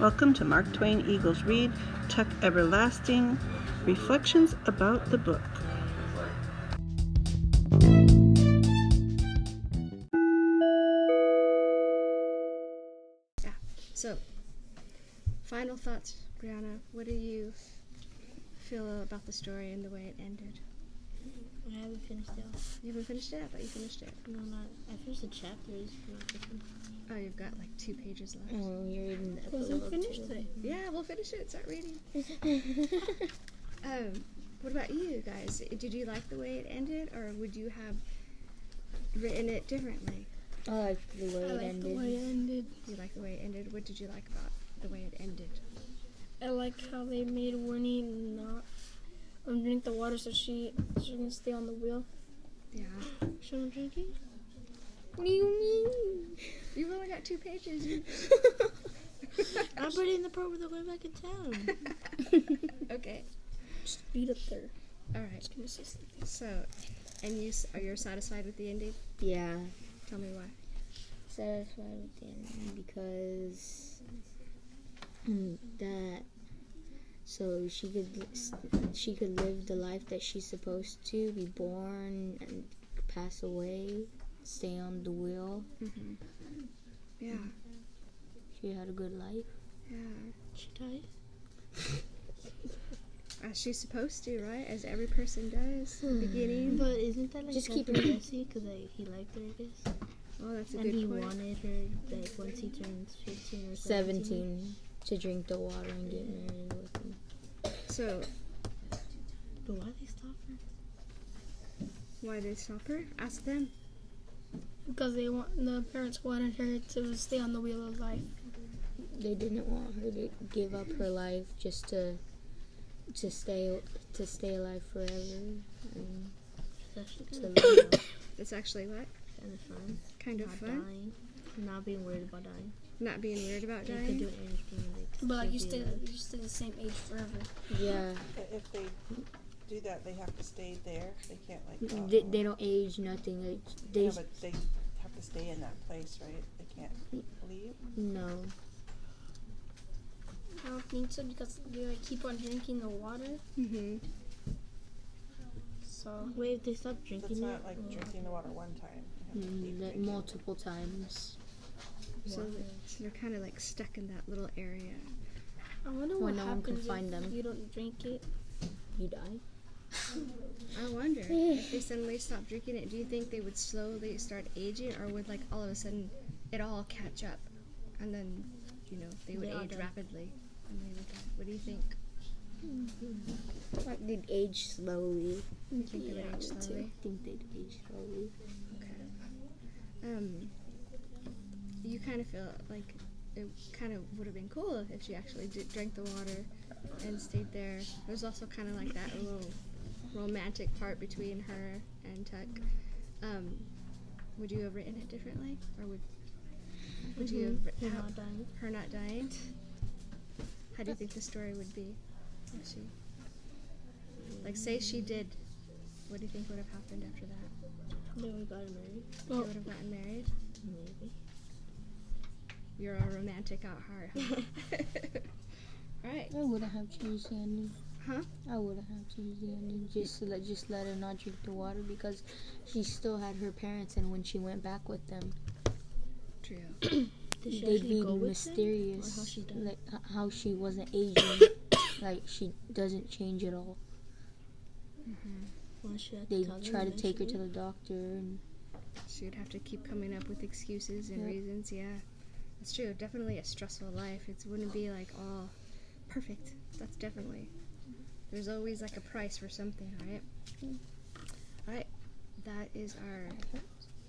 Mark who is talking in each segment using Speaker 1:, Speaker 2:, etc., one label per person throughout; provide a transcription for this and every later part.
Speaker 1: Welcome to Mark Twain Eagles Read, Chuck Everlasting Reflections about the Book.
Speaker 2: Yeah. So, final thoughts, Brianna. What do you feel about the story and the way it ended?
Speaker 3: I haven't finished it. all.
Speaker 2: You haven't finished it. I thought you finished it.
Speaker 3: No, not. I finished the chapters. Not the fin-
Speaker 2: Oh, you've got like two pages left.
Speaker 3: Oh, you're reading the
Speaker 4: Wasn't
Speaker 3: epilogue.
Speaker 4: finished
Speaker 3: too.
Speaker 4: today.
Speaker 2: Yeah, we'll finish it. Start reading. um, what about you guys? Did you like the way it ended, or would you have written it differently?
Speaker 4: I like Oh, the way
Speaker 3: I
Speaker 4: it
Speaker 3: like the
Speaker 4: ended.
Speaker 3: way it ended.
Speaker 2: You like the way it ended. What did you like about the way it ended?
Speaker 3: I like how they made Winnie not um, drink the water so she she can stay on the wheel.
Speaker 2: Yeah.
Speaker 3: Shouldn't drink it.
Speaker 2: What do you mean? You've only got two pages. You-
Speaker 3: I put in the part with the way back in town.
Speaker 2: okay.
Speaker 3: Beat up there.
Speaker 2: All right.
Speaker 3: Can you see something?
Speaker 2: So, and you s- are you satisfied with the ending?
Speaker 4: Yeah,
Speaker 2: Tell me why.
Speaker 4: satisfied with the ending because mm, that so she could s- she could live the life that she's supposed to be born and pass away, stay on the wheel.
Speaker 2: Yeah.
Speaker 4: She had a good life.
Speaker 2: Yeah.
Speaker 3: She died.
Speaker 2: As she's supposed to, right? As every person does. in the Beginning.
Speaker 3: But isn't that like
Speaker 4: Just keep
Speaker 3: Dr.
Speaker 4: reading.
Speaker 3: Lucy? Because like, he liked her, I guess.
Speaker 2: Oh, that's a
Speaker 3: and he
Speaker 2: good point.
Speaker 3: wanted her like once he turns fifteen or seventeen.
Speaker 4: Seventeen to drink the water and get married with him.
Speaker 2: So,
Speaker 3: But why they stop her?
Speaker 2: why did they stop her? Ask them.
Speaker 3: Because they want the parents wanted her to stay on the wheel of life.
Speaker 4: They didn't want her to give up her life just to to stay to stay alive forever. And
Speaker 3: That's actually
Speaker 4: to
Speaker 3: kind of
Speaker 4: live.
Speaker 2: It's actually what?
Speaker 3: kind of fun.
Speaker 2: Kind of
Speaker 3: Not
Speaker 2: fun.
Speaker 3: dying, not being worried about dying.
Speaker 2: Not being weird about
Speaker 3: You can
Speaker 2: dying.
Speaker 3: do anything. Like,
Speaker 5: But like you
Speaker 3: still
Speaker 5: stay,
Speaker 3: be alive.
Speaker 5: you stay the same age forever.
Speaker 4: Yeah,
Speaker 6: If they do that, they have to stay there. They can't like. walk
Speaker 4: they,
Speaker 6: away.
Speaker 4: they don't age nothing. Like,
Speaker 6: Yeah,
Speaker 4: They
Speaker 6: but they have to stay in that place, right? They can't leave.
Speaker 4: no.
Speaker 5: I don't think so because they like keep on drinking the water.
Speaker 2: Mm-hmm.
Speaker 5: So
Speaker 3: Wait, if they stop
Speaker 6: That's
Speaker 3: drinking
Speaker 6: not
Speaker 3: it.
Speaker 6: like
Speaker 3: well,
Speaker 6: drinking the water one time. You have to keep
Speaker 4: Mm, like,
Speaker 6: drinking.
Speaker 4: multiple times.
Speaker 2: So,
Speaker 3: water.
Speaker 2: so they're kind of like stuck in that little area.
Speaker 5: I wonder
Speaker 4: When
Speaker 5: what
Speaker 4: no one can
Speaker 5: happens if
Speaker 4: find them.
Speaker 5: you don't drink it.
Speaker 4: You die.
Speaker 2: I wonder if they suddenly stop drinking it. Do you think they would slowly start aging, or would like all of a sudden it all catch up, and then you know they would
Speaker 3: They all
Speaker 2: age
Speaker 3: die.
Speaker 2: rapidly? And they would die. What do you think?
Speaker 4: Like they'd age slowly.
Speaker 2: You think they would age slowly?
Speaker 4: I think they'd age slowly.
Speaker 2: Um, you kind of feel like it kind of would have been cool if she actually did drink the water and stayed there. There's also kind of like that little romantic part between her and Tuck. Um, would you have written it differently, or would would you have
Speaker 3: You're
Speaker 2: written out
Speaker 3: Mm-hmm. not dying.
Speaker 2: her not dying? How do you think the story would be? If she, like, say she
Speaker 3: Mm-hmm.
Speaker 2: did. What do you think would have happened after that?
Speaker 3: Then we got married.
Speaker 2: They would have gotten married.
Speaker 3: Maybe.
Speaker 2: You're a romantic at heart, huh? right.
Speaker 4: I wouldn't have changed the ending.
Speaker 2: Huh?
Speaker 4: I wouldn't have changed the ending. Just to let just let her not drink the water because she still had her parents, and when she went back with them,
Speaker 2: True.
Speaker 3: Did she
Speaker 4: they'd
Speaker 3: actually
Speaker 4: be
Speaker 3: go with them?
Speaker 4: mysterious.
Speaker 3: Or how she died?
Speaker 4: like h- how she wasn't aging. like she doesn't change at all.
Speaker 3: Well, she had
Speaker 4: They
Speaker 3: tell them
Speaker 4: try to take her to
Speaker 3: eventually.
Speaker 4: the doctor, and
Speaker 2: She would have to keep coming up with excuses and
Speaker 4: Yep.
Speaker 2: reasons. Yeah, that's true. Definitely a stressful life. It wouldn't be like all perfect. That's definitely. There's always like a price for something, right?
Speaker 4: Mm-hmm.
Speaker 2: All right. That is our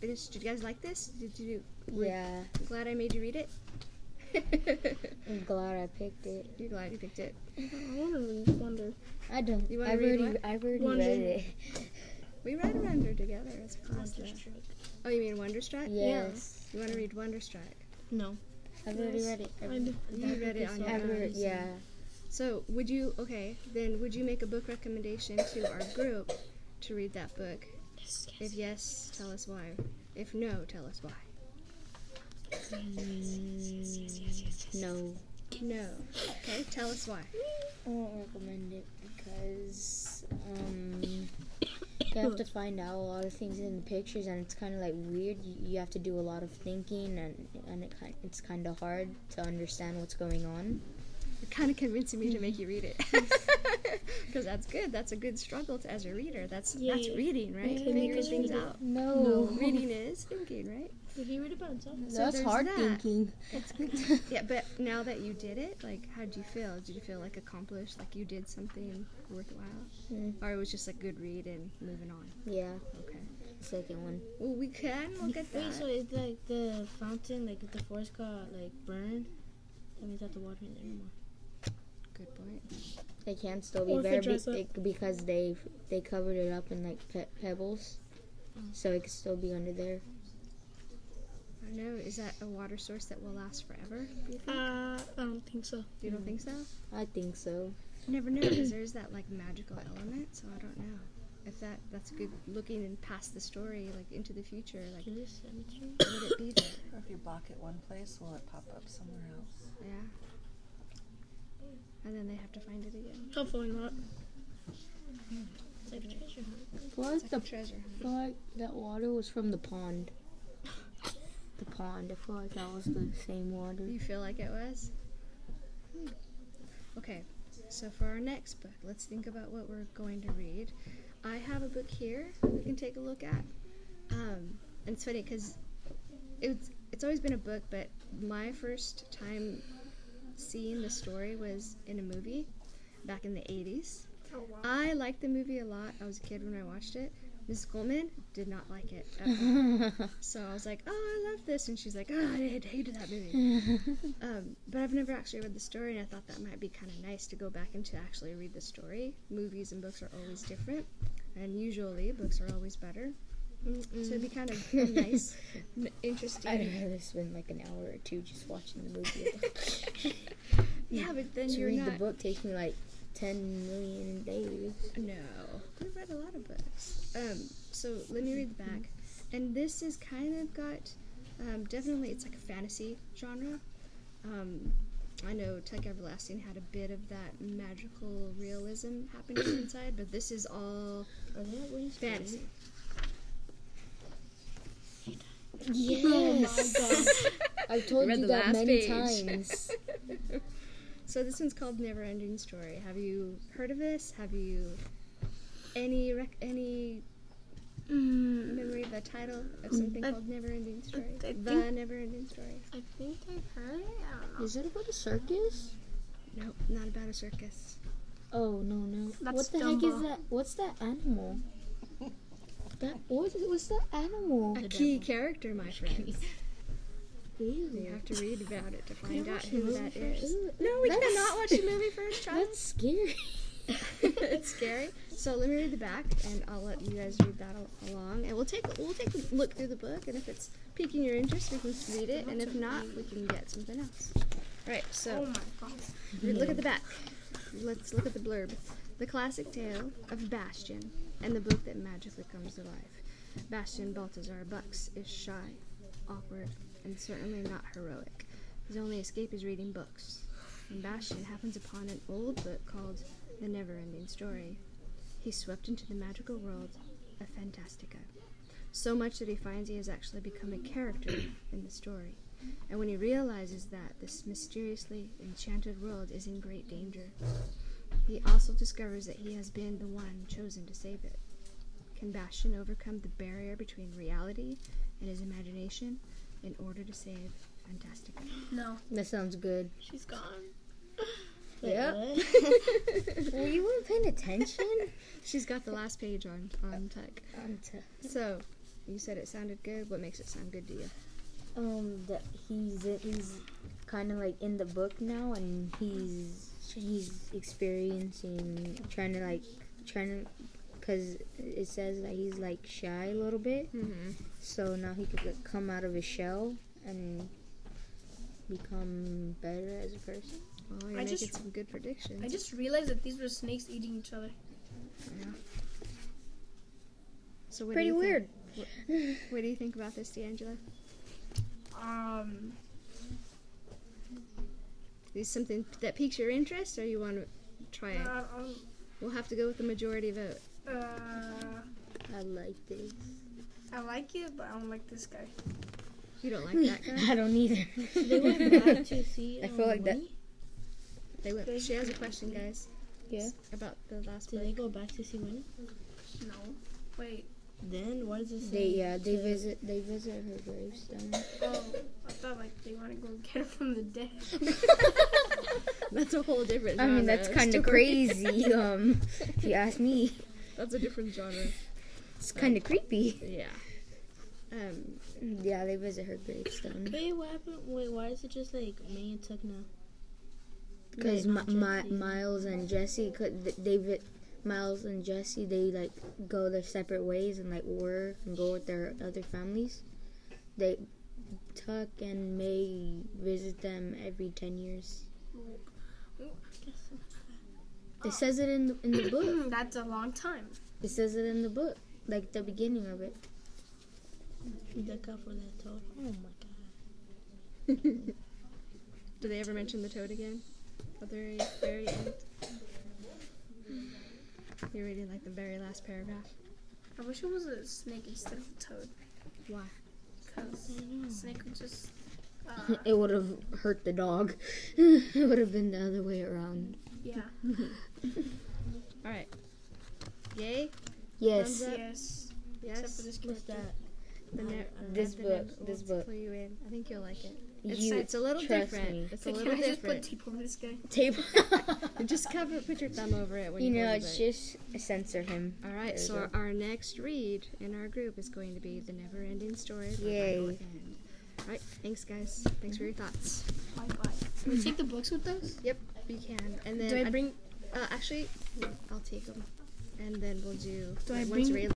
Speaker 2: finish. Did you guys like this? Did you? Were you
Speaker 4: yeah,
Speaker 2: Glad I made you read it.
Speaker 4: I'm glad I picked it.
Speaker 2: You're glad you picked it.
Speaker 3: I wanna read Wonder.
Speaker 4: I don't.
Speaker 2: You wanna
Speaker 4: I've
Speaker 2: read
Speaker 4: already.
Speaker 2: what?
Speaker 4: I've already
Speaker 3: Wonder-
Speaker 4: read it.
Speaker 2: We read Wonder together as a class.
Speaker 3: Wonder
Speaker 2: though.
Speaker 3: Strike.
Speaker 2: Oh, you mean Wonderstruck?
Speaker 4: Yes,
Speaker 2: You want to read Wonderstruck?
Speaker 3: No.
Speaker 4: I've already read it. I've,
Speaker 2: You read it on your
Speaker 4: I've
Speaker 2: own.
Speaker 4: read, yeah.
Speaker 2: So, would you, okay, then would you make a book recommendation to our group to read that book? If yes, tell us why. If no, tell us why.
Speaker 4: No,
Speaker 2: No. Okay, tell us why.
Speaker 4: I won't recommend it because um, you have to find out a lot of things in the pictures, and it's kind of like weird. You, you have to do a lot of thinking, and and it, ki- it's kind of hard to understand what's going on.
Speaker 2: You're kind of convincing me to make you read it. Because that's good. That's a good struggle to, as a reader. That's that's
Speaker 3: Yeah.
Speaker 2: reading, right?
Speaker 3: Okay, make
Speaker 2: Figuring
Speaker 3: us
Speaker 2: things
Speaker 3: read it.
Speaker 2: out.
Speaker 4: No,
Speaker 2: Reading is thinking, right?
Speaker 3: Did he read about himself?
Speaker 2: So
Speaker 4: that's
Speaker 2: there's
Speaker 4: hard
Speaker 2: that.
Speaker 4: thinking.
Speaker 2: Yeah, but now that you did it, like, how did you feel? Did you feel like accomplished? Like you did something worthwhile,
Speaker 4: Mm.
Speaker 2: or it was just like good read and moving on?
Speaker 4: Yeah,
Speaker 2: Okay.
Speaker 4: second one.
Speaker 2: Well, we can look at that.
Speaker 5: Wait, so is like the fountain, like if the forest got like burned, that means that the water in there anymore.
Speaker 2: Good point.
Speaker 4: They can still
Speaker 3: Or
Speaker 4: be
Speaker 3: if it
Speaker 4: better
Speaker 3: dries
Speaker 4: be- it- because they they covered it up in like pe- pebbles,
Speaker 2: Mm.
Speaker 4: so it could still be under there.
Speaker 2: I know. Is that a water source that will last forever? Do you think?
Speaker 3: Uh, I don't think so.
Speaker 2: you don't think so?
Speaker 4: I think so.
Speaker 2: You never know because there's that like magical element. So I don't know if that that's good looking and past the story, like into the future. Like
Speaker 5: Is this cemetery?
Speaker 2: would it be there?
Speaker 6: Or if you block it one place, will it pop up somewhere else?
Speaker 2: Yeah. And then they have to find it again.
Speaker 3: Hopefully not.
Speaker 5: It's like a treasure hunt.
Speaker 4: Plus
Speaker 2: It's
Speaker 4: the
Speaker 2: like a treasure hunt.
Speaker 4: I feel like that water was from the pond. The pond. I feel like that was the same water.
Speaker 2: You feel like it was? Hmm. Okay, so for our next book, let's think about what we're going to read. I have a book here we can take a look at. Um, and it's funny because it's, it's always been a book, but my first time seeing the story was in a movie back in the 80s.
Speaker 3: Oh,
Speaker 2: I liked the movie a lot. I was a kid when I watched it. Mrs. Coleman did not like it at all. So I was like, oh, I love this. And she's like, oh, I had- hated that movie. um, but I've never actually read the story, and I thought that might be kind of nice to go back and to actually read the story. Movies and books are always different, and usually books are always better. So it'd be kind of a nice, n- interesting.
Speaker 4: I'd rather spend like an hour or two just watching the movie.
Speaker 2: yeah, but then
Speaker 4: to
Speaker 2: you're
Speaker 4: read
Speaker 2: not.
Speaker 4: the book takes me like 10 million days.
Speaker 2: No, we've read a lot of books. Um, so let me read the back, and this is kind of got um, definitely it's like a fantasy genre. Um, I know Tech Everlasting had a bit of that magical realism happening inside, but this is all
Speaker 5: Are they at least
Speaker 2: fantasy.
Speaker 4: Yes! I've told
Speaker 2: Read
Speaker 4: you
Speaker 2: the
Speaker 4: that
Speaker 2: last
Speaker 4: many
Speaker 2: page.
Speaker 4: times.
Speaker 2: So this one's called Never Ending Story. Have you heard of this? Have you any rec- any
Speaker 3: Mm.
Speaker 2: memory of the title of something
Speaker 3: I-
Speaker 2: called Never Ending Story?
Speaker 3: I
Speaker 2: the
Speaker 3: think-
Speaker 2: Never Ending Story.
Speaker 3: I think I've heard it. I don't know.
Speaker 4: Is it about a circus?
Speaker 2: Nope, not about a circus.
Speaker 4: Oh, no, no. what
Speaker 3: That's
Speaker 4: the heck is
Speaker 3: Dumbo.
Speaker 4: that? What's that animal? That what was that animal?
Speaker 2: A key character, my friend.
Speaker 4: Ew.
Speaker 2: You have to read about it to find out
Speaker 4: the
Speaker 2: who
Speaker 4: movie
Speaker 2: that is.
Speaker 4: Ew,
Speaker 2: No, we
Speaker 4: that's-
Speaker 2: cannot watch the movie first, child.
Speaker 4: That's scary.
Speaker 2: it's scary. So let me read the back, and I'll let you guys read that al- along, and we'll take we'll take a look through the book, and if it's piquing your interest, we can read it, and if not, we can get something else. Right.
Speaker 3: Oh,
Speaker 2: So re- look at the back. Let's look at the blurb. The classic tale of Bastion and the book that magically comes to life. Bastion Baltazar Bucks is shy, awkward, and certainly not heroic. His only escape is reading books. And Bastion happens upon an old book called The Never Ending Story. He's swept into the magical world of Fantastica. So much that he finds he has actually become a character in the story. And when he realizes that, this mysteriously enchanted world is in great danger. He also discovers that he has been the one chosen to save it. Can Bastion overcome the barrier between reality and his imagination in order to save Fantastica?
Speaker 3: No,
Speaker 4: That sounds good.
Speaker 3: she's gone.
Speaker 4: Yeah. Well, you weren't paying attention.
Speaker 2: She's got the last page on, on tech. So, you said it sounded good. What makes it sound good to you?
Speaker 4: um, that he's he's kind of like in the book now, and he's he's experiencing trying to like trying to because it says that he's like shy a little bit,
Speaker 2: Mm-hmm.
Speaker 4: so now he could like, come out of his shell and become better as a person.
Speaker 2: Well, you're
Speaker 3: I
Speaker 2: making
Speaker 3: just-
Speaker 2: some good predictions.
Speaker 3: I just realized that these were snakes eating each other.
Speaker 2: so what do
Speaker 4: Pretty
Speaker 2: you think-
Speaker 4: weird.
Speaker 2: What do you think about this, D'Angela?
Speaker 3: Um,
Speaker 2: Is something that piques your interest, or you want to try it?
Speaker 3: Uh, um,
Speaker 2: We'll have to go with the majority vote.
Speaker 3: uh,
Speaker 4: I like this.
Speaker 3: I like it, but I don't like this guy.
Speaker 2: You don't like that guy?
Speaker 4: I don't either.
Speaker 5: to see. um,
Speaker 4: I feel like that.
Speaker 2: They went, she has a question, guys.
Speaker 4: Yeah.
Speaker 2: About the last
Speaker 5: Did they
Speaker 2: book.
Speaker 5: go back to see Winnie?
Speaker 3: No. Wait.
Speaker 5: Then what does it say?
Speaker 4: They yeah they visit they visit her gravestone.
Speaker 3: Oh, I thought like they want to go get it from the dead.
Speaker 2: That's a whole different.
Speaker 4: I mean that's
Speaker 2: genre
Speaker 4: kind of
Speaker 2: story.
Speaker 4: crazy. Um, if you ask me,
Speaker 2: That's a different genre.
Speaker 4: it's kind of creepy.
Speaker 2: Yeah. Um,
Speaker 4: Yeah, they visit her gravestone
Speaker 5: Wait, what happened? Wait, why is it just like May and Tuck now?
Speaker 4: because my, my Miles and Jesse could th- they vi- Miles and Jesse they like go their separate ways and like work and go with their other families. They Tuck and May visit them every ten years. It says it in the, in the book.
Speaker 3: Mm, That's a long time.
Speaker 4: It says it in the book, like the beginning of it.
Speaker 5: Look out for that toad. Oh my god.
Speaker 2: do they ever mention the toad again? At the very, very end. You're reading like the very last paragraph.
Speaker 3: I wish it was a snake instead of a toad.
Speaker 2: Why? Mm.
Speaker 3: Because snake would just. Uh,
Speaker 4: It would have hurt the dog. it would have been the other way around.
Speaker 3: yeah.
Speaker 2: All right. Yay.
Speaker 4: Yes.
Speaker 3: Yes. Except for
Speaker 2: Yes.
Speaker 3: this character.
Speaker 2: The nar-
Speaker 4: This
Speaker 2: let Um, uh, the
Speaker 4: book,
Speaker 2: nar-
Speaker 4: this
Speaker 2: let's
Speaker 4: book.
Speaker 2: clue you in. I think you'll like it. It's,
Speaker 4: You
Speaker 2: it's a little
Speaker 4: trust
Speaker 2: different.
Speaker 4: me.
Speaker 2: It's a
Speaker 3: So can
Speaker 2: little
Speaker 3: I just put
Speaker 2: different.
Speaker 3: tape over this guy?
Speaker 4: Tape.
Speaker 2: Just cover, put your thumb over it when
Speaker 4: you
Speaker 2: you
Speaker 4: know,
Speaker 2: read
Speaker 4: it's
Speaker 2: it.
Speaker 4: just censor him.
Speaker 2: All right, so
Speaker 4: There
Speaker 2: our,
Speaker 4: you
Speaker 2: our next read in our group is going to be the never-ending story. by
Speaker 4: Yay.
Speaker 2: Michael End. All right, thanks guys. Thanks for your thoughts.
Speaker 3: Bye bye. Can we take the books with us?
Speaker 2: Yep, we can. And then
Speaker 3: Do I
Speaker 2: I-
Speaker 3: bring?
Speaker 2: uh, actually, I'll take them, and then we'll do.
Speaker 3: Do I
Speaker 2: once
Speaker 3: bring-
Speaker 2: Ray